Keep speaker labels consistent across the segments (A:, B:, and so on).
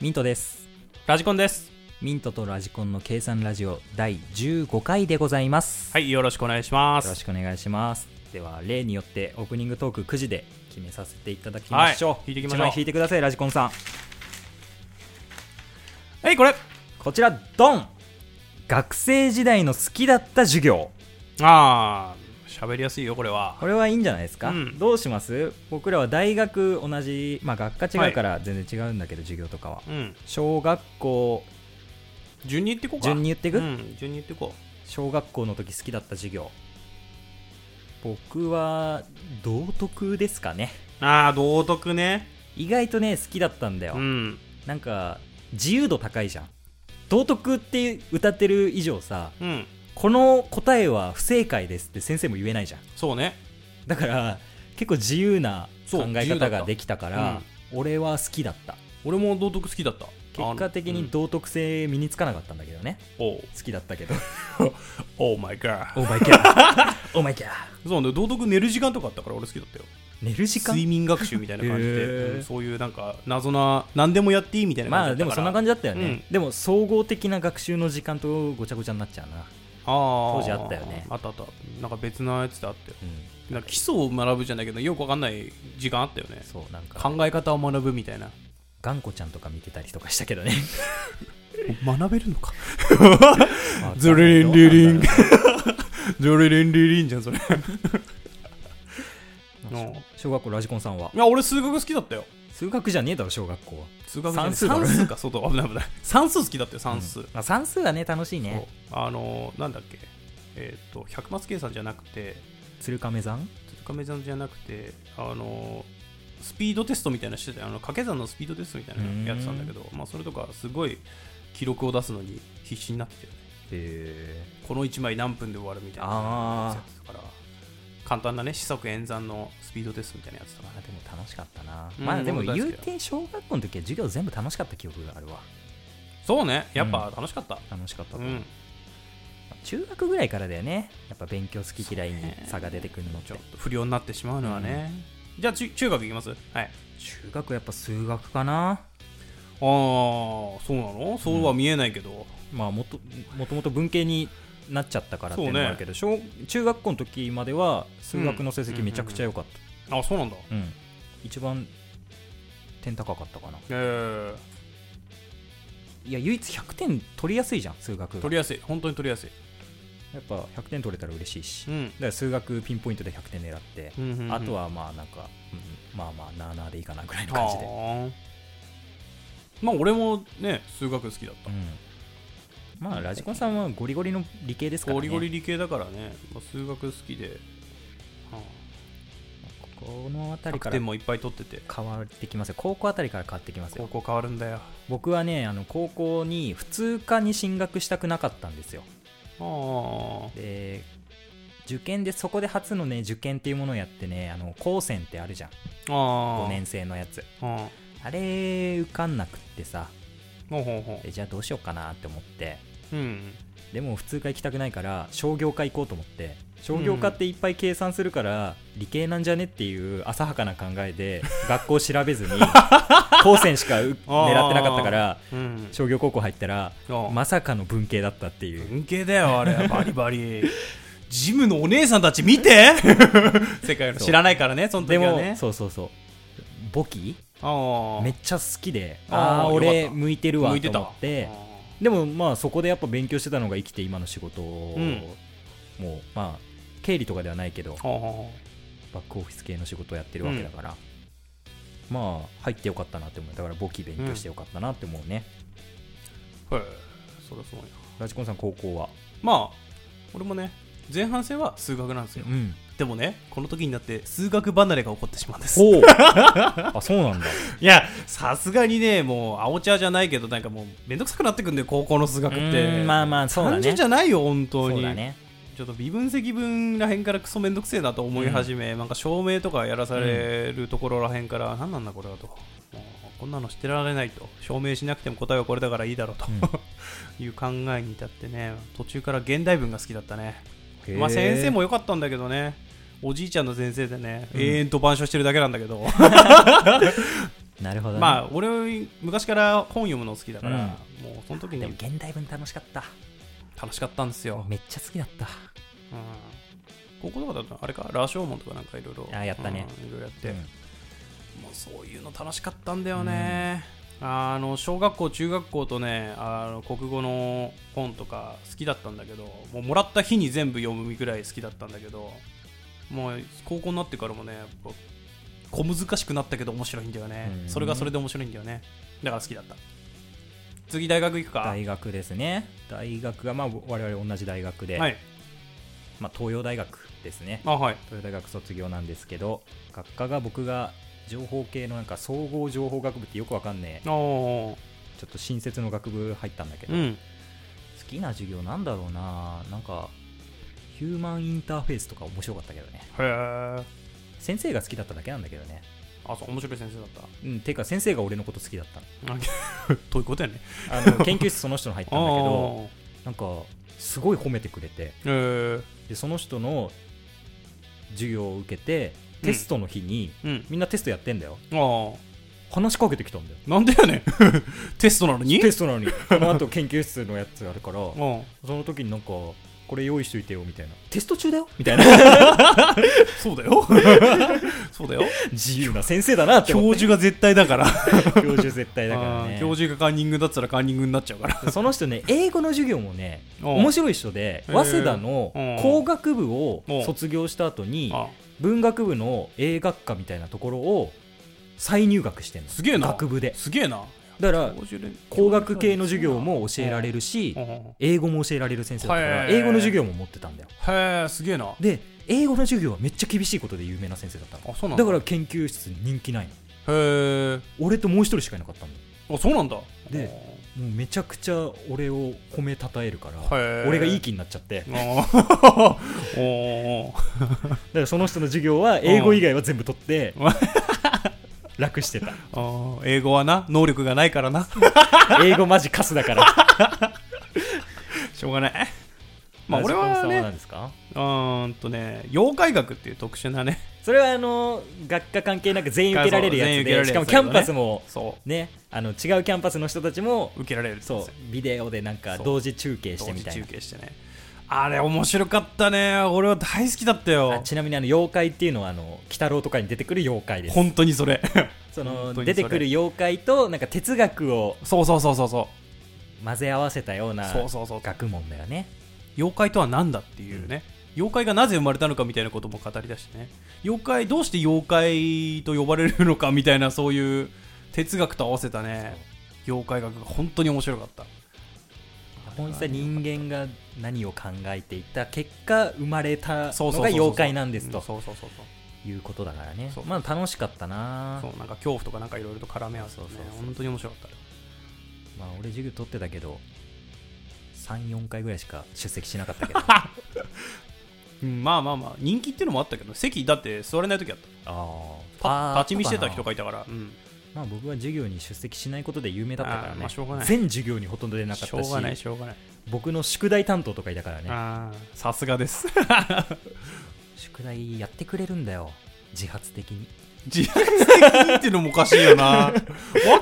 A: ミントです
B: ラジコンです
A: ミントとラジコンの計算ラジオ第15回でございます、
B: はいよろしくお願いしま
A: よろ
B: す
A: しくお願いしますでは例によってオープニングトーク9時で決めさせていただきましょう、
B: はい弾いていきましょう
A: 一枚弾いてくださいラジコンさん
B: はいこれ
A: こちらドン学生時代の好きだった授業
B: ああ喋りやすいよこれは
A: これはいいんじゃないですか、
B: うん
A: どうします僕らは大学同じまあ学科違うから全然違うんだけど、授業とかは
B: うん
A: 小学校
B: 順に言っていこうか
A: 順に言ってく、
B: うん順に言っていこ
A: 小学校の時好きだった授業僕は道徳ですかね
B: うああ道徳ね
A: 意外とね好きだったんだよ、
B: うん
A: なんか自由度高いじゃん道徳って歌ってる以上さ
B: うん
A: この答えは不正解ですって先生も言えないじゃん
B: そうね
A: だから結構自由な
B: そう
A: 考え
B: 自由だ
A: 方
B: っ
A: が
B: た
A: できたから俺は好きだった
B: 俺も道徳好きだった
A: 結果的に
B: ど
A: 道徳性身につかなかったんだけどね
B: お
A: 好きだった けど
B: おマイガー
A: オーマイキャーオーマイキャー
B: そうね道徳寝る時間とかあったから俺好きだったよ
A: 寝る時間
B: 睡眠学習みたいな感じ
A: へ
B: で
A: ー
B: うんそういうなんか謎な何でもやっていいみたいな
A: まあ
B: 感じ
A: で
B: だっ
A: もそ
B: たか
A: ん
B: ら
A: な感じだったよね、
B: う
A: でも総合的な学習の時間とごちゃごちゃになっちゃうな、
B: 当
A: 当時あったよね
B: あったあったなんか別なやつであったよなんか基礎を学ぶじゃないけどよくわかんない時間あったよね
A: そうなんか
B: 考え方を学ぶみたいな
A: 頑固ちゃんとか見てたりとかしたけどね
B: 学べる のか
A: ま あ
B: ズリンリリン
A: どうなんだろ
B: ジリリンリリンじゃん それいう
A: な小学校ラジコンさんは
B: や俺数学好きだったよ
A: 数学じゃねえだろ小学校は
B: 数学じゃな
A: 算
B: い
A: 数だろ
B: 算数かそうだ危ない危ない算数好きだったよ算数、
A: うんまあ、算数はね楽しいね
B: そうあのーなんだっけえっ、と百松計算じゃなくて
A: 鶴亀山
B: 鶴亀算じゃなくてあのースピードテストみたいなのしてたよあの掛け算のスピードテストみたいなのやってたんだけど、まあ、それとかすごい記録を出すのに必死になってたよね
A: へ
B: この1枚何分で終わるみたいな
A: あー
B: やつだから簡単なね四則演算のスピードテストみたいなやつと
A: ま
B: か
A: あでも楽しかったな、
B: うん
A: まあでも
B: 僕大好き
A: 言
B: だ
A: うて小学校の時は授業全部楽しかった記憶があるわ
B: そうねやっぱ楽しかった
A: 楽しかったと
B: うん、
A: 思う、中学ぐらいからだよねやっぱ勉強好き嫌いに
B: そうね
A: 差が出てくるのって
B: ちょっと不良になってしまうのはね、じゃあ中中学いきますはい
A: 中学やっぱ数学かな
B: ああそうなのそうは見えないけど、
A: まあもともともと文系になっちゃったからっていうのもあるけど、小中学校の時までは数学の成績めちゃくちゃ良かっ
B: あそうなんだ
A: た、うん一番点高かったかな
B: えー、
A: いや唯一100点取りやすいじゃん数学が
B: 取りやすい本当に取りやすい
A: やっぱ100点取れたら嬉しいし、
B: う
A: だ
B: ん
A: から数学ピンポイントで100点狙って、
B: うんうんうん
A: あとはまあなんか、うんまあまあなあなあでいいかなぐらいの感じで、
B: あーまあ俺もね数学好きだった
A: うん、まあラジコンさんはゴリゴリの理系ですからね
B: ゴリゴリ理系だからね、まあ、数学好きで、は
A: この
B: あ、
A: 辺り
B: 100
A: から
B: 点もいっぱい取ってて
A: 変わってきますよ高校あたりから変わってきますよ
B: 高校変わるんだよ
A: 僕はねあの高校に普通科に進学したくなかったんですよ
B: あ
A: で受験でそこで初のね受験っていうものをやってねあの高専ってあるじゃん
B: あああ
A: 5年生のやつ
B: あ
A: あれ受かんなくってさ
B: ほうほうほ
A: えじゃあどうしようかなって思って
B: ううん
A: でも普通科行きたくないから商業科行こうと思って商業科っていっぱい計算するから理系なんじゃねっていう浅はかな考えで学校調 べずに高専しかう
B: あー
A: 狙ってなかったから
B: うん
A: 商業高校入ったら
B: あ
A: まさかの文系だったっていう
B: 文系だよ あれバリバリジムのお姉さんたち見て 世界の
A: そう
B: 知らないからねその時
A: で
B: は
A: も、
B: ね
A: そうそうそう簿記
B: ああ
A: めっちゃ好きであ
B: あー
A: あー
B: よかった
A: 俺向いてるわ
B: 向い
A: と
B: て
A: 思
B: た
A: ってでもまあそこでやっぱ勉強してたのが生きて今の仕事を、
B: うん
A: もうまあ経理とかではないけど
B: ああ
A: バ
B: あ
A: ックオフィス系の仕事をやってるわけだから、まあ入ってよかったなって思うだから簿記勉強してよかったなって思うね、
B: あへえそりゃそうや
A: ラジコンさん高校は
B: まあ俺もね前半戦は数学なんですよ
A: ん
B: でもねこの時になって数学離れが起こってしまうんです
A: ほうあそうなんだ
B: いやさすがにねもう青茶じゃないけどなんかもうめんどくさくなってくんだよ高校の数学って
A: うんまあまあそうだね
B: 単純じゃないよ本当に
A: そうだね
B: ちょっと微分積分らへんからクソめんどくせえなと思い始め、なんか証明とかやらされるところらへんから、なん、なんだこれはともうこんなのしてられないと証明しなくても答えはこれだからいいだろうと、 いう考えに至ってね途中から現代文が好きだったね
A: へー
B: まあ先生も良かったんだけどねおじいちゃんの先生でね、
A: うん
B: 永遠と板書してるだけなんだけど
A: なるほど、ね、
B: まあ俺昔から本読むの好きだから、
A: うん
B: もうその時
A: でも
B: に
A: 現代文楽しかった
B: 楽しかったんですよ、
A: めっちゃ好きだった
B: うん、高校とかだとあれか羅生門とかなんかいろいろ
A: あやったね
B: うんいろいろやって、
A: で、
B: もうそういうの楽しかったんだよね、あの小学校中学校とねあの国語の本とか好きだったんだけどもうもらった日に全部読むぐらい好きだったんだけどもう高校になってからもねやっぱ小難しくなったけど面白いんだよね、
A: うん
B: それがそれで面白いんだよねだから好きだった次大学行くか
A: 大学ですね大学がまあ我々同じ大学で、
B: はい
A: まあ、東洋大学ですね
B: あはい
A: 東洋大学卒業なんですけど学科が僕が情報系のなんか総合情報学部ってよくわかんねえ
B: あー
A: ちょっと新設の学部入ったんだけど、
B: う
A: 好
B: ん
A: きな授業なんだろうななんかヒューマンインターフェースとか面白かったけどね
B: へえ
A: 先生が好きだっただけなんだけどね
B: あそう面白い先生だっ
A: うんてか先生が俺のこと好きだったの
B: た どういうことやね
A: あ の研究室その人の入ったんだけど
B: あ
A: なんかすごい褒めてくれて
B: あへえ
A: でその人の授業を受けてテストの日に、
B: うん
A: みんなテストやってんだよ
B: ああ
A: 話しかけてきたんだよ
B: なんでやねん テストなのに
A: テストな のにこのあと研究室のやつあるから
B: うん
A: その時になんかこれ用意しといてよみたいなテスト中だよみたい な
B: そう だよそうだよ
A: 自由な先生だなって思っ
B: 教授が絶対だから
A: た教授絶対だから
B: あー
A: ね
B: 教授がカンニングだったらカンニングになっちゃうから
A: でその人ね英語の授業もね
B: おう
A: 面白い人で
B: へ
A: 早
B: ー
A: 稲田の
B: うん
A: 工学部を
B: うん
A: 卒業した後に
B: あ
A: 文学部の英学科みたいなところを再入学してんの
B: すげえな
A: 学部です
B: げえな
A: だから
B: 教授で
A: 工学系の授業も教えられるし
B: うんうんうん
A: 英語も教えられる先生だったから
B: へー
A: 英語の授業も持ってたんだよ
B: へえすげえなあ
A: で英語の授業はめっちゃ厳しいことで有名な先生だったの
B: そうなんだ
A: だから研究室人気ないの
B: らへえ
A: 俺ともう一人しかいなかったの
B: あそうなんだ
A: でもうめちゃくちゃ俺を褒めたたえるから
B: へー
A: 俺がいい気になっちゃってだ
B: あ
A: か
B: ー おー
A: らその人の授業は英語以外は全部取 って
B: うん
A: 楽してた
B: あー英語はな能力がないか らな
A: 英語マジカスだから
B: しょうがない まあ俺
A: ラジ
B: は
A: コンさん
B: ね
A: 何ですか
B: うーんとね妖怪学っていう特殊なね
A: それはあの学科関係なく全員受けられるや
B: そう全
A: つ
B: 員受け
A: で
B: られ
A: し
B: る
A: かもキャ
B: やつだけどね
A: ンパスも
B: そ
A: ねあの違うキャンパスの人たちも
B: う受けられるんですよ
A: そうビデオでなんか
B: そう
A: 同時中継して
B: 同
A: み
B: 時
A: たい
B: 中
A: な
B: 継してねあれ面白かったね俺は大好きだった
A: あ
B: よ
A: ちなみにあの妖怪っていうのはあの鬼太郎とかに出てくる妖怪です
B: 本当にそれ
A: その
B: 本当にそ
A: 出
B: れ
A: てくる妖怪となんか哲学を
B: そうそうそうそうそう
A: 混ぜ合わせたような
B: そうそうそう
A: 学問だよね
B: 妖怪とは何だっていうね、妖怪がなぜ生まれたのかみたいなことも語りだしてね妖怪どうして妖怪と呼ばれるのかみたいなそういう哲学と合わせたね妖怪学が本当に面白かった
A: 本質は人間が何を考えていた結果生まれた
B: そ
A: の
B: うそうそうそう
A: が妖怪なんです
B: う
A: と
B: そうそうそうそう
A: いうことだからね
B: そう
A: まあ楽しかったな
B: そうなんか恐怖とかなんかいろいろと絡め合わせてね
A: そうそうそう
B: 本当に面白かった
A: まあ俺授業取ってたけど34回ぐらいしか出席しなかったけ ど
B: うんまあまあまあ人気っていうのもあったけど席だって座れない時あった
A: あ
B: た立ち見してた人
A: か
B: がいたから、うん、
A: まあ僕は授業に出席しないことで有名だったから
B: あー
A: ね、
B: まあしょうがない
A: 全授業にほとんど出なかっ
B: しょ
A: た
B: うがない
A: し
B: しょうがない、
A: 僕の宿題担当とかいたからね
B: あーさすがです
A: 宿題やってくれるんだよ自発的に
B: 自発的にっていうのもおかし いよなわ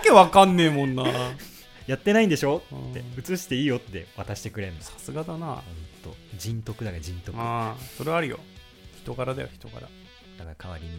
B: けわかんねえもんな
A: やってないんでしょ
B: うん
A: って移していいよって渡してくれんの
B: さすがだな
A: ほんと人徳だから人徳だか
B: あーそれはあるよ人柄だよ 人柄
A: ら代わりに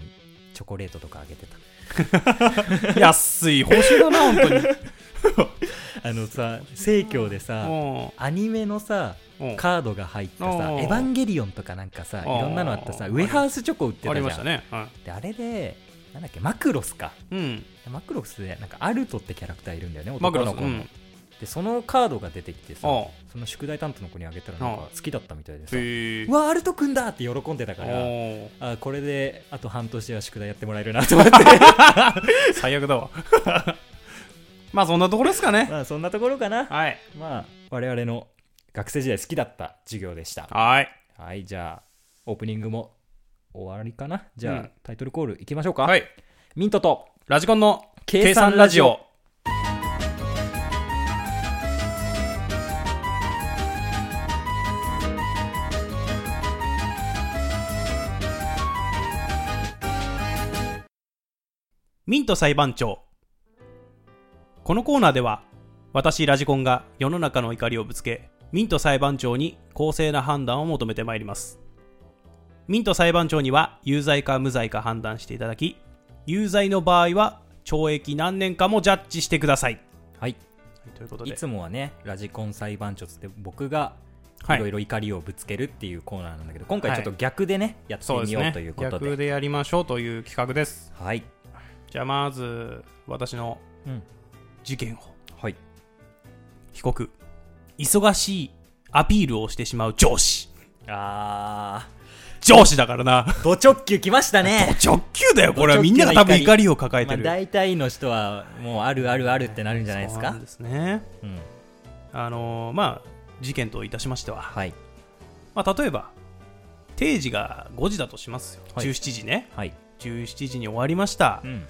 A: チョコレートとかあげて
B: 安い報酬だな本当 に
A: たあのさ生協でさ
B: も
A: アニメのさ
B: うんうん
A: カードが入ったさ
B: う
A: 「
B: ん
A: エヴァンゲリオン」とかなんかさい
B: うん
A: ろんなのあったさ
B: うん
A: ウェハースチョコ売って
B: あ
A: た
B: り
A: じ
B: まし
A: ゃ
B: た
A: ん
B: ね、は
A: であれでなんだっけマクロスか
B: い、うん
A: マクロスでなんかアルトってキャラクターいるんだよね
B: マ
A: 男
B: クロ
A: の
B: ス
A: 子
B: う
A: の、
B: ん
A: でそのカードが出てきてさ
B: あ
A: その宿題担当の子にあげたらなんか好きだったみたいでさ
B: へえ
A: うわアルトくんだって喜んでたから
B: おー
A: あこれであと半年は宿題やってもらえるなと思って
B: 最悪だわ まあそんなところですかね
A: まあそんなところかな
B: はい
A: まあ我々の学生時代好きだった授業でした
B: はい
A: はいじゃあオープニングも終わりかなじゃあ、
B: うん
A: タイトルコールいきましょうか、
B: はい
A: ミントと
B: ラジコンの
A: 計
B: 計
A: 算
B: 算
A: ラ
B: ラ
A: ジ
B: ジ
A: オ
B: オ。ミント裁判長、このコーナーでは私ラジコンが世の中の怒りをぶつけミント裁判長に公正な判断を求めてまいりますミント裁判長には有罪か無罪か判断していただき有罪の場合は懲役何年かもジャッジしてください
A: はい
B: ということ
A: い
B: で
A: つもはねラジコン裁判所つって僕が
B: はい
A: いろいろ怒りをぶつけるっていうコーナーなんだけど今回
B: はい
A: ちょっと逆でねやって
B: そうで
A: み
B: す
A: よう
B: ね
A: ということで
B: 逆でやりましょうという企画です
A: はい、
B: じゃあまず私の
A: うん
B: 事件を
A: はい、
B: 被告忙しいアピールをしてしまう上司
A: あ
B: 上司だからな
A: ード直球きました ね
B: 直球だよこれはみんなが多分怒りを抱え
A: ま
B: て
A: あ
B: る、
A: 大体の人はもうあるあるあるってなるんじゃないです
B: そう
A: か
B: なんですね
A: うん
B: あのーまあ事件といたしましては、
A: はい
B: まあ、例えば定時が5時だとしますよ、
A: はい
B: 17時ね
A: はい
B: 17時に終わりました、
A: うん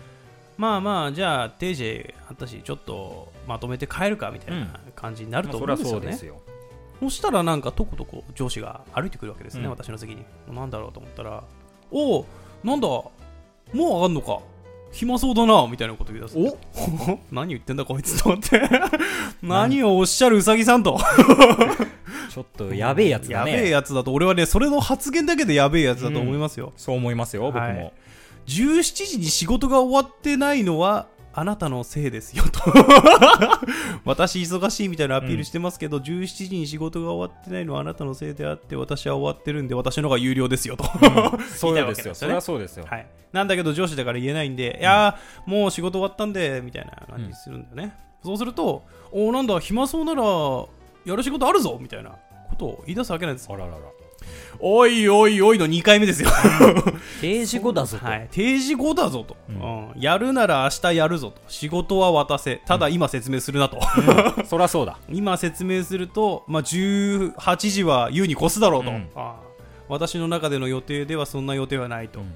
B: まあまあじゃあ定時あったしちょっとまとめて帰るかみたいな感じになると思うんですよね、
A: よ
B: そしたらなんかとことこ上司が歩いてくるわけですね、
A: うん
B: 私の席になんだろうと思ったらおおなんだもう上がんのか暇そうだなみたいなこと言い出すお何言ってんだこいつと思って 何をおっしゃるうさぎさんと
A: ちょっとやべえやつだ
B: やべえ
A: ね
B: やつだと俺はねそれの発言だけでやべえやつだと思いますよ、
A: そう思いますよ僕
B: は
A: も
B: い17時に仕事が終わってないのはあなたのせいです よと私忙しいみたいなアピールしてますけど、17時に仕事が終わってないのはあなたのせいであって私は終わってるんで私の方が有料ですよと、
A: そう
B: 言いたいわ
A: で
B: け
A: す
B: なん
A: よ
B: です
A: そ
B: よ
A: れ
B: ね
A: はそうですよ
B: はい、なんだけど上司だから言えないんで、いやーもう仕事終わったんでみたいな感じするんだよね、そうするとおーなんだ暇そうならやる仕事あるぞみたいなことを言い出すわけなんです
A: あ
B: よ
A: ららら
B: おいおいおいの2回目ですよ
A: 定時後だぞと
B: はい、定時後だぞと、
A: う
B: うんやるなら明日やるぞと仕事は渡せただ今説明するなと、
A: そりゃそうだ
B: 今説明すると、まあ、18時は優に越すだろうと、
A: うん
B: ああ私の中での予定ではそんな予定はないと、
A: うん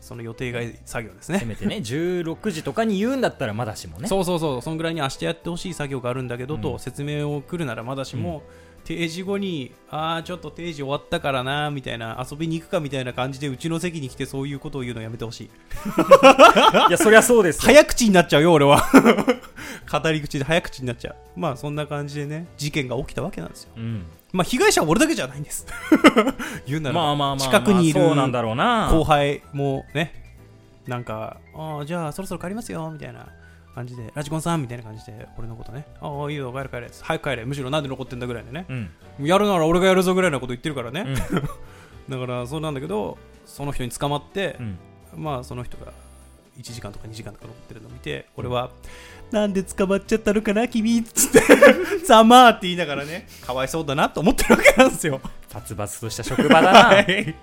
B: その予定外作業です
A: せ
B: ね
A: めてね16時とかに言うんだったらまだしもね
B: そうそうそうそんぐらいに明日やってほしい作業があるんだけどと、
A: うん
B: 説明を来るならまだしも、定時後にああちょっと定時終わったからなみたいな遊びに行くかみたいな感じでうちの席に来てそういうことを言うのやめてほしい
A: いやそりゃそうですよ
B: 早口になっちゃうよ俺は 語り口で早口になっちゃうまあそんな感じでね事件が起きたわけなんですよ
A: うん
B: まあ被害者は俺だけじゃないんです 言うならば
A: まあまあまあまあ
B: 近くにいる
A: そうなんだろうな
B: 後輩もねなんかああじゃあそろそろ帰りますよみたいな感じでラジコンさんみたいな感じで俺のことねああいいよ帰れ帰れ早く帰れむしろなんで残ってんだぐらいでね
A: うん
B: やるなら俺がやるぞぐらいのこと言ってるからね、 だからそうなんだけどその人に捕まって
A: う、ん
B: まあその人が1時間とか2時間とか残ってるのを見て俺は「なんで捕まっちゃったのかな君」っつって 「ざまー」って言いながらねかわいそうだなと思ってるわけなんですよ
A: 殺伐とした職場だな
B: はい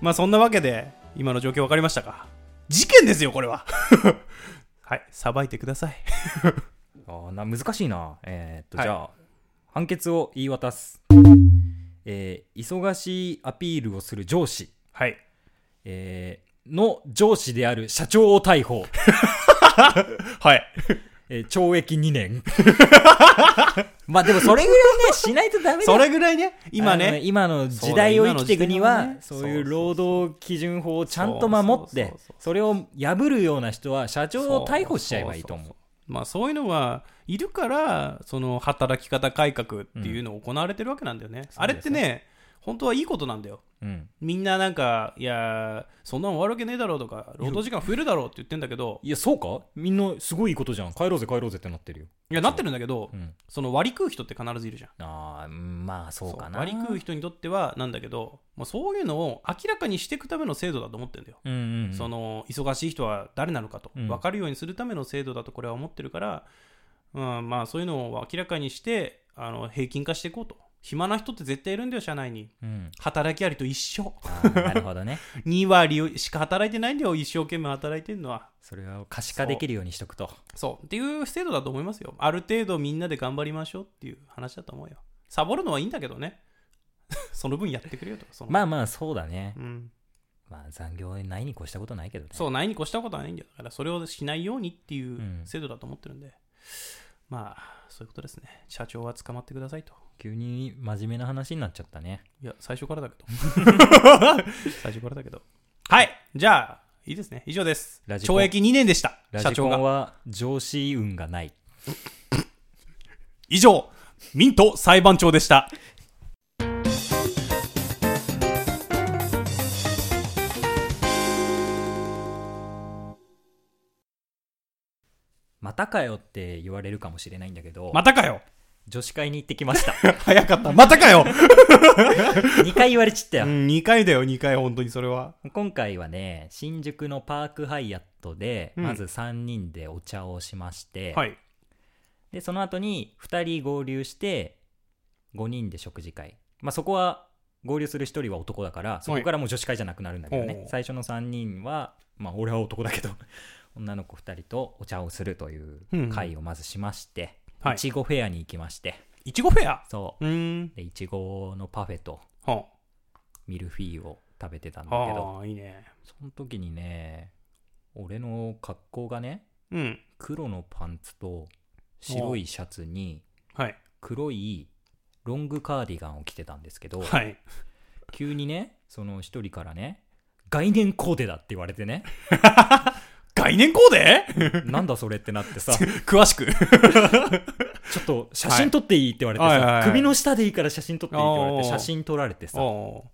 B: まあそんなわけで今の状況分かりましたか事件ですよこれは はいさばいてください
A: あーな難しいなえーっと、
B: はい
A: じゃあ判決を言い渡す、えー忙しいアピールをする上司、
B: はい
A: えーの上司である社長を逮捕、
B: はい
A: えー懲役2年まあでもそれぐらいねしないとダメだ
B: そ
A: よ
B: れぐらいね今
A: あの
B: ね
A: 今の時代を
B: そうだ
A: 生きていくには
B: 今の時代はね
A: そういう労働基準法をちゃんと守っ
B: そう
A: て
B: そうそうそう
A: それを破るような人は社長を逮捕しちゃえばいいと
B: そ
A: 思
B: そそまあそういうのはいるからその働き方改革っていうのを行われてるわけなんだよね、あれってね本当はいいことなんだよ
A: う、うん、
B: みんななんかいやーそんなん終わるわけねえだろうとか労働時間増えるだろうって言ってんだけど
A: いやそうかみんなすごいいいことじゃん帰ろうぜ帰ろうぜってなってるよ、
B: いやなってるんだけど
A: うん、
B: その割り食う人って必ずいるじゃん
A: あーうんまあそうかな
B: 割り食う人にとってはなんだけど、まあ、そういうのを明らかにしていくための制度だと思ってるんだよ、
A: うんうんうん
B: その忙しい人は誰なのかと
A: うん
B: 分かるようにするための制度だとこれは思ってるから、うんまあ、そういうのを明らかにしてあの平均化していこうと暇な人って絶対いるんだよ社内に
A: うん
B: 働きありと一緒
A: あーなるほ どね
B: 2割しか働いてないんだよ一生懸命働いてるのは
A: それを可視化できるようにしとくと
B: そうっていう制度だと思いますよある程度みんなで頑張りましょうっていう話だと思うよサボるのはいいんだけどね その分やってくれよとその、
A: まあまあそうだね、
B: うん、
A: まあ残業ないに越したことないけどね
B: そう、ないに越したことはないんだよだから、それをしないようにってい
A: ん
B: う制度だと思ってるんで、まあ、そういうことですね。社長は捕まってくださいと。
A: 急に真面目な話になっちゃったね
B: いや、最初からだ けど。最初からだけど。はい、じゃあ、いいですね。以上です。
A: ラジコン
B: 懲役2年でした、
A: ラ
B: 社
A: ジコ
B: 長が
A: ン。は上司運がない
B: 以上ミント裁判長でした
A: またかよって言われるかもしれないんだけど、
B: またかよ
A: 女子会に行ってきま した。
B: 早かったまたかよ、
A: 2回言われちったよ
B: う。ん、2回だよ2回本当にそれは
A: 今回はね、新宿のパークハイアットで、
B: うん
A: まず3人でお茶をしまして、
B: はい
A: で、その後に2人合流して、5人で食事会。まあ、そこは、合流する1人は男だから、そこからもう女子会じゃなくなるんだけどね。
B: おう
A: 最初の3人は、まあ、俺は男だけど、 女の子2人とお茶をするという会をまずしまして、
B: はい
A: いちごフェアに行きまして、
B: いちごフェア
A: そう
B: ーん
A: う。で、いちごのパフェと
B: は
A: ミルフィーユを食べてたんだ
B: あ
A: けど、
B: はあいいね
A: その時にね、俺の格好がね、
B: うん
A: 黒のパンツと白いシャツに
B: はい
A: 黒いロングカーディガンを着てたんですけど、
B: はい
A: 急にね、その一人からね、概念コーデだって言われて ね、
B: 概念コーデ
A: なんだそれってなってさ、
B: 詳しく
A: ちょっと写真撮っていいって言われて
B: はいはいはい
A: さ、
B: はい
A: 首の下でいいから写真撮っていいって言われて、
B: おー
A: 写真撮られてさ、
B: お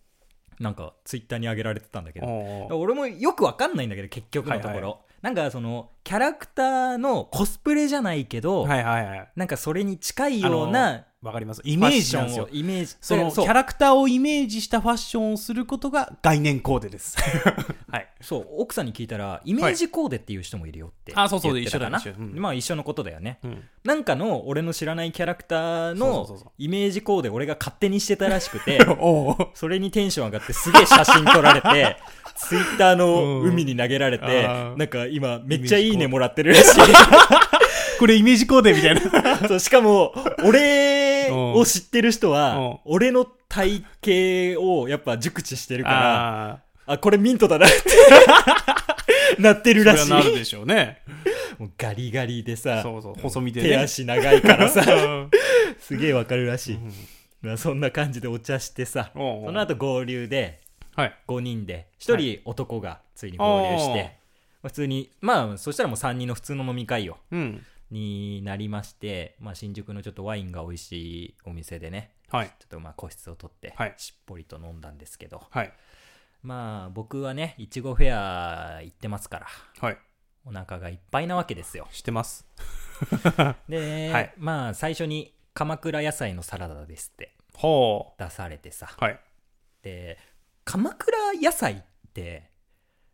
A: なんかツイッターに上げられてたんだけ
B: ー
A: ど、
B: おー
A: 俺もよくわかんないんだけど、結局のところ。
B: はいは
A: なんかその、キャラクターのコスプレじゃないけど、
B: はいはいはい
A: なんかそれに近いような
B: わかりますイメージなんですよ
A: ファッションをイメージ
B: そのキ
A: そう
B: ャラクターをイメージしたファッションをすることが概念コーデです。 はい。
A: そう奥さんに聞いたらイメージコーデっていう人もいるよって
B: はいあそうそう
A: 言ってたかな
B: 一緒だ一緒うん
A: まあ一緒のことだよね
B: うん。
A: なんかの俺の知らないキャラクター
B: そうそうそうそ
A: の
B: う
A: イメージコーデ俺が勝手にしてたらし くて
B: おう
A: それにテンション上がってすげえ写真撮られ てツイッターの海に投げられて
B: うんあー
A: なんか今めっちゃいいねもらってるら しい
B: これイメージコーデみたいな。
A: そう、しかも、俺を知ってる人
B: う
A: は
B: ん、
A: 俺の体型をやっぱ熟知してるから、
B: あ
A: あこれミントだな って、なって
B: あ。
A: る
B: それ
A: ら
B: は
A: しい。
B: なるでしょうね。
A: もうガリガリでさ、
B: そうそう。細身で
A: 手
B: ね。
A: 足長いから さ、
B: うん
A: すげえわかるらしい。まあそんな感じでお茶してさ、
B: おうおう
A: その後合流で、
B: はい。
A: 5人で、1人男がついに合流し
B: おー
A: て、まあ普通に、まあそしたらもう3人の普通の飲み会よ。
B: うん。
A: になりまして、まあ、新宿のちょっとワインが美味しいお店でね、
B: はい。
A: ちょっとまあ個室を取って
B: はい
A: しっぽりと飲んだんですけど、
B: はい。
A: まあ僕はねいちごフェア行ってますから
B: はい。
A: お腹がいっぱいなわけですよ
B: してます。
A: で、
B: はい
A: まあ最初に鎌倉野菜のサラダですって
B: ほ
A: 出されてさ
B: う。はい。
A: で鎌倉野菜って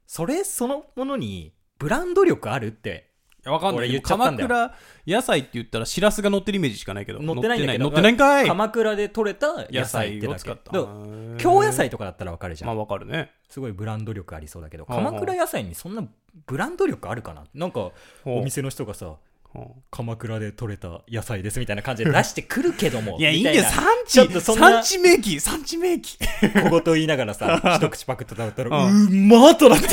A: それそのものにブランド力あるって
B: いやわかんな
A: 俺
B: い。
A: 言っちゃった
B: 鎌
A: んだよ
B: 倉野菜って言ったら、しらすが乗ってるイメージしかないけど。
A: 乗ってないんだけど
B: 乗ってない乗ってないんかい
A: 鎌倉で採れた野
B: 野
A: 菜っ
B: 菜
A: て
B: を
A: だ
B: 使
A: け
B: った。
A: だから
B: へえ
A: 京野菜とかだったらわかるじゃん
B: まあわかるね。
A: すごいブランド力ありそうだけど
B: ほうほう
A: 鎌倉野菜にそんなブランド力あるかななんか
B: ほう
A: お店の人がさ
B: ほ
A: 鎌倉で採れた野菜ですみたいな感じで出してくるけども
B: ういや、いいんだよ。産
A: ちょっ
B: 地
A: とそんな
B: 産地名機産地名機
A: 小言言いながらさ一口パクッと食べたら
B: う
A: うまーとなって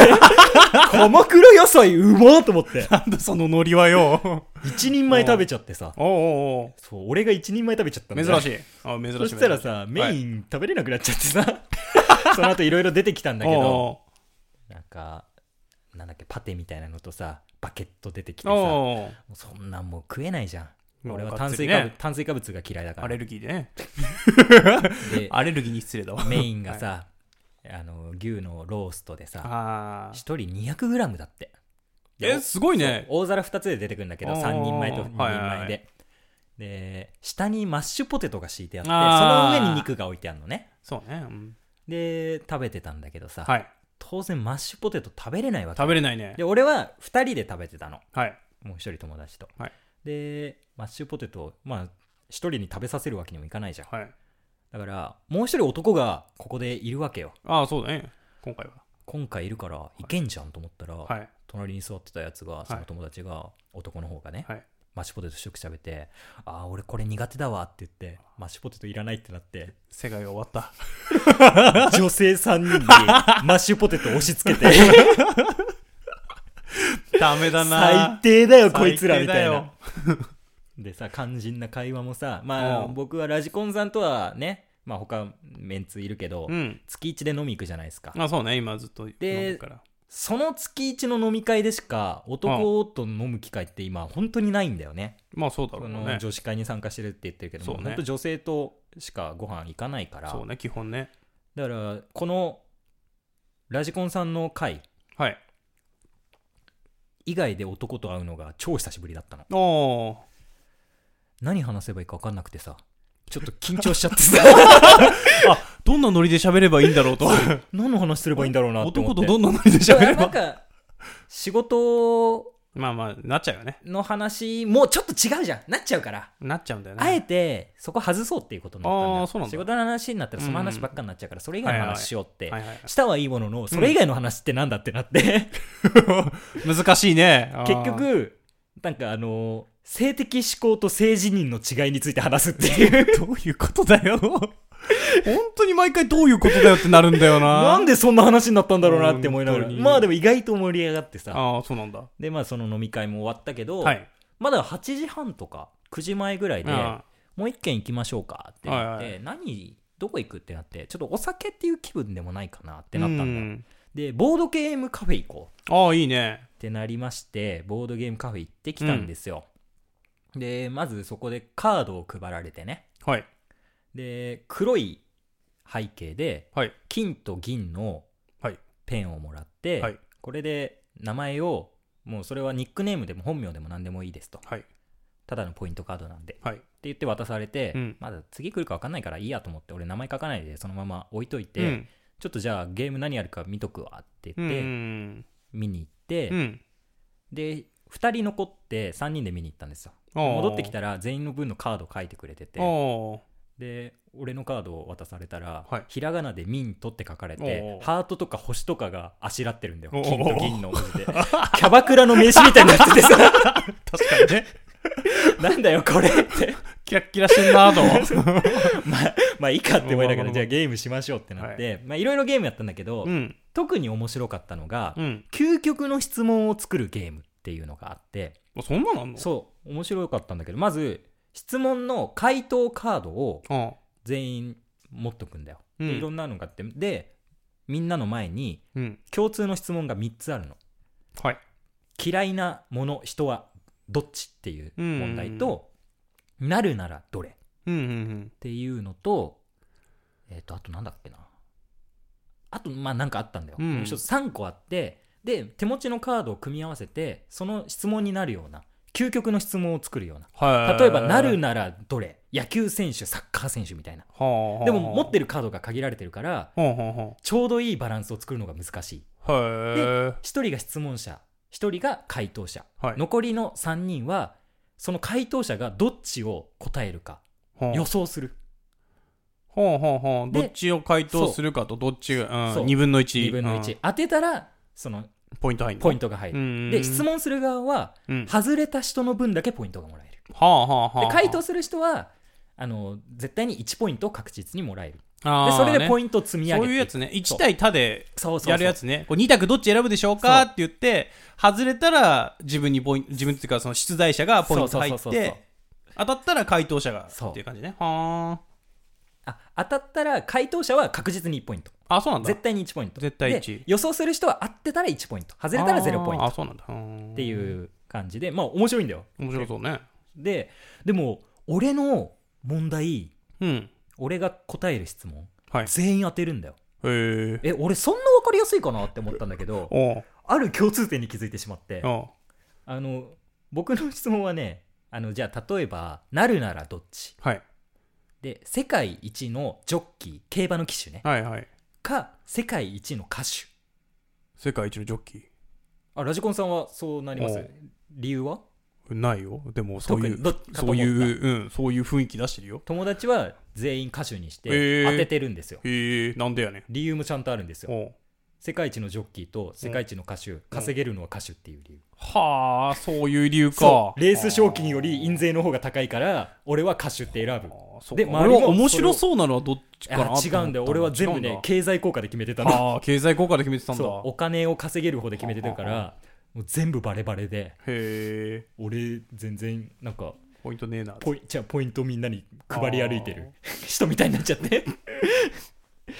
A: 鎌倉野菜うまーと思って
B: なんだそのノリは よ。
A: 一人前食べちゃってさ
B: おおう
A: そう俺が一人前食べちゃった
B: お
A: んだ
B: う
A: よ
B: 珍しい。あ珍しい。
A: そしたら
B: 珍し
A: さ
B: い
A: メ
B: はい
A: イン食べれなくなっちゃってさ その後いろいろ出てきたんだけど
B: お
A: なんかなんだっけパテみたいなのとさバケット出てきて
B: う
A: さ
B: おう
A: もうそんなんもう食えないじゃん。
B: もう
A: 俺は
B: がっ
A: 炭
B: つ
A: 水
B: りね
A: 化物、炭水化物が嫌いだか
B: ア
A: ら。
B: レルギーでね。
A: で、
B: アレルギーに失礼だわ。
A: メインがさ、あの、牛のローストでさ、
B: あー
A: 一人 200g だって。で
B: え、すごいね。
A: 大皿2つで出てくるんだけど、
B: おー
A: 3人前と2人
B: はいはいは
A: 前
B: い
A: で。で、下にマッシュポテトが敷いてあって、その
B: あー
A: 上に肉が置いてあるのね。
B: そうね。うん
A: で、食べてたんだけどさ、
B: はい。
A: 当然マッシュポテト食べれないわけ。
B: 食べれないね
A: で、。俺は2人で食べてたの。
B: はい。
A: もう一人友達と。
B: はい
A: で、マッシュポテトを、まあ、一人に食べさせるわけにもいかないじゃん。
B: はい。
A: だから、もう一人男がここでいるわけよ。
B: ああ、そうだね。今回は。
A: 今回いるから、いけんじゃんと思ったら、
B: はい。
A: 隣に座ってたやつが、その友達が、男の方がね、
B: はい。
A: マッシュポテト一口食べて、ああ、俺これ苦手だわって言って、マッシュポテトいらないってな って、
B: 世界が終わった。
A: 女性3人にマッシュポテト押し付け て、
B: ダメだ
A: 最
B: な。
A: 低だよ、こいつらみたい
B: 最低だ
A: な
B: よ。。
A: でさ、肝心な会話もさ、まあ、
B: うん
A: 僕はラジコンさんとはね、まあ他メンツいるけど、
B: うん。
A: 月1で飲み行くじゃないですか。
B: あそうね。今ずっと飲んでるから。
A: その月一の飲み会でしか男と飲む機会って今本当にないんだよね、
B: まあそうだろ
A: そうの
B: ね
A: 女子会に参加してるって言ってるけども、
B: そうね
A: 本当女性としかご飯行かないから
B: そうね基本ね
A: だからこのラジコンさんの会
B: はい
A: 以外で男と会うのが超久しぶりだったの
B: おお
A: 何話せばいいか分かんなくてさちょっと緊張しちゃって さ
B: ーどんなノリで喋ればいいんだろう と
A: 何の話すればいいんだろうなって思
B: 男
A: って
B: とどんなノリで喋れ
A: なん
B: ば
A: か仕事
B: まあまあなっちゃうよね
A: の話もちょっと違うじゃんなっちゃうから
B: なっちゃうんだよね
A: あえてそこ外そうっていうことになったんだよ
B: あーそうなんだ
A: 仕事の話になったらその話ばっかになっちゃうからそれ以外の
B: はいは
A: 話
B: い
A: しようって
B: はいはい
A: したはいいもののそれ以外の話ってなんだってなって
B: 難しいねあー
A: 結局なんかあの性的指向と性自認の違いについて話すっていう
B: どういうことだよ 本当に毎回どういうことだよってなるんだよな
A: なんでそんな話になったんだろうなって思いながら
B: 本当に
A: まあでも意外と盛り上がってさ
B: ああそうなんだ
A: でまあその飲み会も終わったけど、
B: はい
A: まだ8時半とか9時前ぐらいで
B: あ
A: もう一軒行きましょうかってなって、
B: はいは
A: 何どこ行くってなってちょっとお酒っていう気分でもないかなっ
B: あ
A: てなったんだ、
B: うん
A: でボードゲームカフェ行こう
B: ああいいね
A: ってなりましてボードゲームカフェ行ってきたんですよ、でまずそこでカードを配られてね
B: はい
A: で黒い背景で
B: はい
A: 金と銀の
B: はい
A: ペンをもらって、
B: はい
A: これで名前をもうそれはニックネームでも本名でも何でもいいですと
B: はい
A: ただのポイントカードなんで
B: はい
A: って言って渡されて、
B: うん
A: まだ次来るか分かんないからいいやと思って俺名前書かないでそのまま置いといて、
B: うん
A: ちょっとじゃあゲーム何やるか見とくわって
B: う
A: 言って、
B: ん
A: 見に行って、
B: うん
A: で2人残って3人で見に行ったんですよ戻ってきたら全員の分のカード書いてくれて
B: おー
A: て
B: お
A: で俺のカードを渡されたら、
B: はい
A: ひらがなで「ミント」って書かれて
B: おー
A: ハートとか星とかがあしらってるんだよ
B: おー
A: 金と銀の文字でキャバクラの名刺みたいになってて さ
B: ー確かに ね
A: なんだよこれって
B: キラッキラしてんなと
A: まあまあいいかって思いなが
B: おー
A: らじゃあゲームしましょうってなって、まあいろいろゲームやったんだけど、
B: うん
A: 特に面白かったのが、
B: うん
A: 究極の質問を作るゲームっていうのがあって、
B: あそんななんの
A: そう面白かったんだけどまず質問の回答カードを
B: ああ
A: 全員持っとくんだよ、
B: うん
A: でいろんなのがあってでみんなの前に
B: うん
A: 共通の質問が3つあるの
B: はい
A: 嫌いなもの人はどっちっていう問題と、なるならどれっ
B: うんうんうん
A: ていうのとえっ、とあとなんだっけなあとまあなんかあったんだよ、
B: うん
A: もう一つ3個あってで手持ちのカードを組み合わせてその質問になるような究極の質問を作るような
B: はい
A: 例えば、なる
B: は
A: ならどれ野球選手、サッカー選手みたいな。
B: あはあ
A: でも、持ってるカードが限られてるから、
B: はあは
A: ちょうどいいバランスを作るのが難しい。
B: あはあへえ
A: 一人が質問者、一人が回答者。
B: はい
A: 残りの3人は、その回答者がどっちを答えるか、
B: はあ
A: 予想する。
B: ほうほうほう
A: で
B: どっちを回答するかとどっちが、う、
A: そうん
B: 2分の1
A: 2分の1。当てたら、その
B: うんポイント入る
A: ポイントが入る。
B: ン
A: で、質
B: 問、
A: 問する側は、
B: うん、は
A: 外れた人の分だけポイントがもらえる。
B: あはあはあは
A: で
B: あ、
A: 回答する人は、あの、絶対に1ポイントを確実にもらえる。
B: あ
A: で、
B: ー
A: それでポ
B: ね
A: イントを積み上げて
B: そういうやつね1対他で
A: そうそうそう
B: やるやつねこう2択どっち選ぶでしょう
A: そう
B: かって言って外れたら自分にポイント自分っていうかその出題者がポイント入って
A: そうそうそうそう
B: 当たったら回答者が
A: そう
B: っていう感じねは
A: あ当たったら回答者は確実に1ポイント
B: ああそうなんだ
A: 絶対に1ポイント
B: 絶対一
A: で予想する人は合ってたら1ポイント外れたら0ポイント
B: あーあ
A: っ
B: そうなんだって
A: いう感じでまあ面白いんだよ
B: 面白そうね
A: ででも俺の問題
B: うん
A: 俺が答える質問
B: はいへ
A: 全員当てるんだよ
B: え
A: え俺そんな分かりやすいかなって思ったんだけど
B: おう
A: ある共通点に気づいてしまって
B: お
A: あの僕の質問はねあのじゃあ例えば「なるならどっち?
B: うはい」
A: で世界一のジョッキー競馬の騎手ね
B: はいはい
A: か世界一の歌手
B: 世界一のジョッキー
A: あラジコンさんはそうなりま
B: お
A: す
B: う
A: 理由は
B: ないよでもそうい
A: 特
B: う
A: にどっかと思った
B: そういう、うん、そういう雰囲気出してるよ
A: 友達は全員歌手にして
B: へー
A: 当ててるんですよ、
B: へえなんでやねん
A: 理由もちゃんとあるんですよ
B: おう
A: 世界一のジョッキーと世界一の歌手、稼げるのは歌手っていう理由、
B: はあそういう理由か
A: そうレース賞金より印税の方が高いから俺は歌手って選ぶ
B: あーそう
A: で
B: で
A: 周りも
B: 俺は面白そうなのはどっちかな
A: あ違うんだよ俺は全部ね経済効果で決めてたの
B: ああー経済効果で決めてたんだ
A: そう
B: へ
A: お金を稼げる方で決めてたか
B: はあ
A: らもう全部バレバレで
B: え
A: 俺全然なんか
B: ポイントねえな
A: ポイじゃあポイントみんなに配り歩いてる人みたいになっちゃって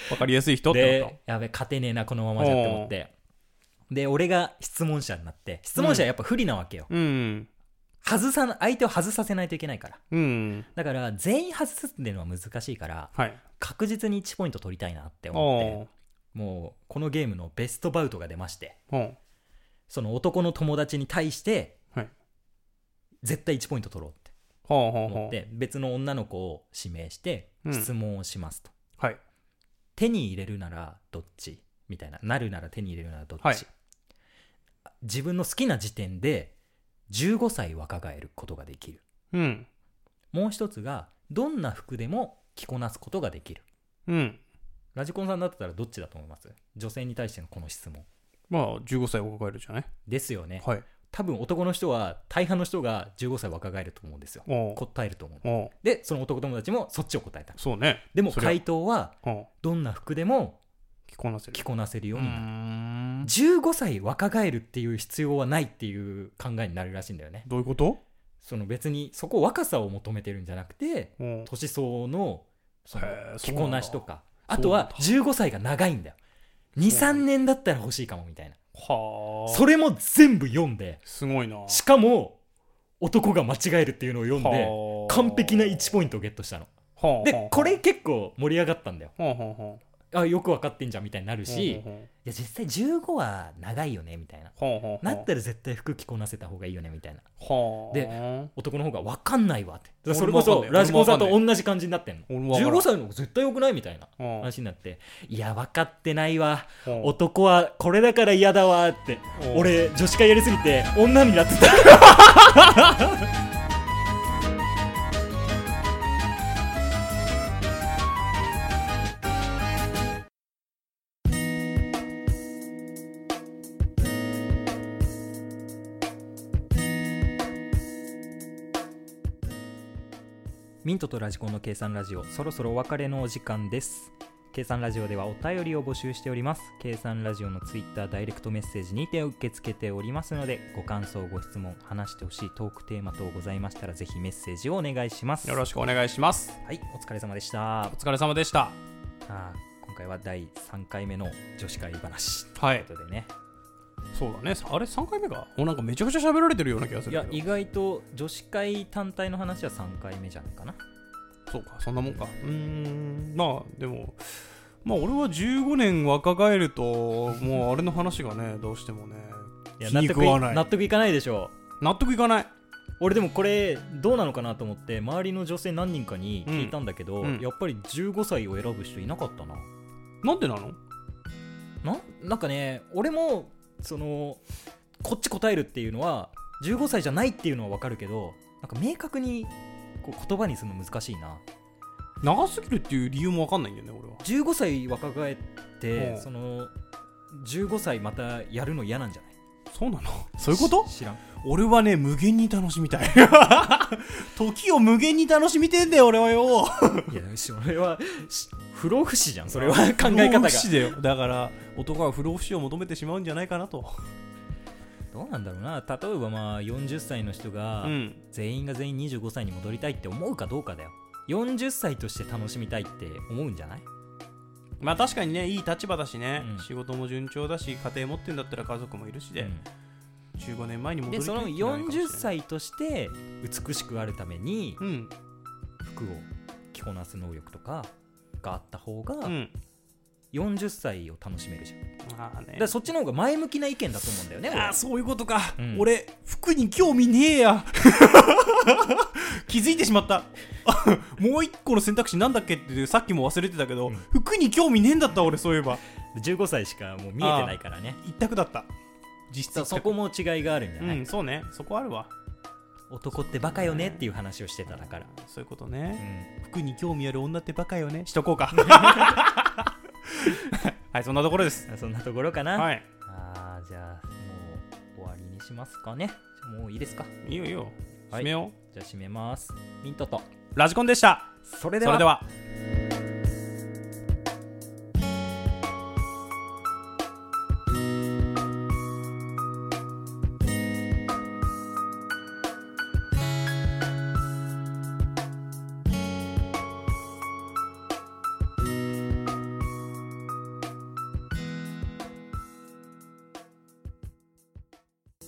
B: わかりやすい人ってなっ
A: でやべ勝てねえなこのままじゃって思ってで俺が質問者になって質問者はやっぱ不利なわけよ、
B: うん
A: 外さな相手を外させないといけないから
B: うん
A: だから全員外すっていうのは難しいから
B: はい
A: 確実に1ポイント取りたいなって思って
B: お
A: もうこのゲームのベストバウトが出まして
B: おう
A: その男の友達に対して、
B: はい
A: 絶対1ポイント取ろうって
B: ほうほう
A: 思
B: ほ
A: っ
B: う
A: て別の女の子を指名して
B: うん
A: 質問をしますと、
B: はい
A: 手に入れるならどっちみたいななるなら手に入れるならどっち、
B: はい
A: 自分の好きな時点で15歳若返ることができる
B: うん
A: もう一つがどんな服でも着こなすことができる
B: うん
A: ラジコンさんだったらどっちだと思います女性に対してのこの質問
B: まあ15歳若返るじゃない
A: ですよね
B: はい
A: 多分男の人は大半の人が15歳若返ると思うんですよ
B: おう
A: 答えると思う
B: おう
A: でその男友達もそっちを答えた
B: そうね
A: でも
B: そりゃ
A: 回答は
B: おう
A: どんな服でも
B: 着こなせる
A: 着こなせるようになる、
B: ん
A: 15歳若返るっていう必要はないっていう考えになるらしいんだよね
B: どういうこと
A: その別にそこ若さを求めてるんじゃなくて
B: おう
A: 年相応のその
B: へえ
A: 着こなしとか
B: そうなんだ
A: あとは15歳が長いんだよ
B: そうな
A: 23
B: んだ
A: 年だったら欲しいかもみたいな
B: はあ
A: それも全部読んです
B: ごいな
A: しかも男が間違えるっていうのを読んで
B: はあ
A: 完璧な1ポイントをゲットしたの
B: はあは
A: で
B: あ
A: これ結構盛り上がったんだよ
B: はあはあはあ
A: あよく分かってんじゃんみたいになるし、い
B: ほうほ
A: や実際15は長いよねみたいな、
B: うほうほうほう
A: なったら絶対服着こなせた方がいいよねみたいな
B: はあ
A: で男の方が分かんないわってだからそれこ
B: 俺も
A: そ
B: 分かんない
A: ラジコンさんと同じ感じになってんの
B: 俺も分からん
A: 15歳の方が絶対よくないみたいな
B: うん
A: 話になっていや分かってないわ
B: うん
A: 男はこれだから嫌だわって
B: うん
A: 俺女子会やりすぎて女になってたミントとラジコンの計算ラジオそろそろお別れのお時間です計算ラジオではお便りを募集しております計算ラジオのツイッターダイレクトメッセージにて受け付けておりますのでご感想ご質問話してほしいトークテーマ等ございましたらぜひメッセージをお願いします
B: よろしくお願いします
A: はいお疲れ様でしたあ
B: お疲れ様でした
A: ー今回は第3回目の女子会話と
B: は
A: いう
B: い
A: ことでね
B: そうだねあれ3回目かおなんかめちゃくちゃ喋られてるような気がす
A: い
B: る
A: や
B: けど
A: 意外と女子会単体の話は3回目じゃないかな
B: そうかそんなもんかうーんまあでもまあ俺は15年若返るともうあれの話がねどうしてもね
A: いや
B: 気
A: 納
B: に
A: 得
B: 食わない
A: 納得いかないでしょう
B: 納得いかない
A: 俺でもこれどうなのかなと思って周りの女性何人かに聞いたんだけど、
B: うんうん
A: やっぱり15歳を選ぶ人いなかったな
B: なんでなの
A: ななんかね俺もそのこっち答えるっていうのは15歳じゃないっていうのは分かるけどなんか明確にこう言葉にするの難しいな
B: 長すぎるっていう理由もわかんないんだよね俺は
A: 15歳若返って
B: うん
A: その15歳またやるの嫌なんじゃない
B: そうなのそういうこと
A: し知ら ん
B: 俺はね無限に楽しみたい 時を無限に楽しみてんだよ俺はよ
A: いやそれはし不老不死じゃんそれは考え方
B: 不老
A: が
B: 不死だよだから男は不老不死を求めてしまうんじゃないかなと
A: どうなんだろうな例えばまあ40歳の人が、
B: うん
A: 全員が全員25歳に戻りたいって思うかどうかだよ40歳として楽しみたいって思うんじゃない
B: まあ確かにねいい立場だしね、
A: うん
B: 仕事も順調だし家庭持ってんだったら家族もいるしで、15年前に
A: うん
B: 戻
A: で
B: りた
A: そ
B: い
A: の
B: っていうはないかもしれ
A: 40
B: ない
A: 歳として美しくあるために
B: うん
A: 服を着こなす能力とかがあった方
B: う
A: が
B: ん
A: 40歳を楽しめるじゃん、
B: まあね
A: だからそっちの方が前向きな意見だと思うんだよね俺
B: ああそういうことか、
A: うん
B: 俺服に興味ねえや 気づいてしまった もう一個の選択肢なんだっけってさっきも忘れてたけど、
A: うん
B: 服に興味ねえんだった俺そういえば
A: 15歳しかもう見えてないからね
B: 一択だった実質
A: そ
B: 一択
A: そこも違いがあるんじゃ
B: う
A: ない、
B: んそうねそこあるわ
A: 男ってバカよねっていう話をしてただから、
B: そういうこと
A: う
B: ね、
A: ん
B: 服に興味ある女ってバカよねしとこ うかはいそんなところです
A: そんなところかな、
B: はい
A: あーじゃあもう終わりにしますかねもういいですか
B: いいよいいよ
A: はい
B: 締めよう、
A: じゃあ締めますミントと
B: ラジコンでした
A: それ
B: それでは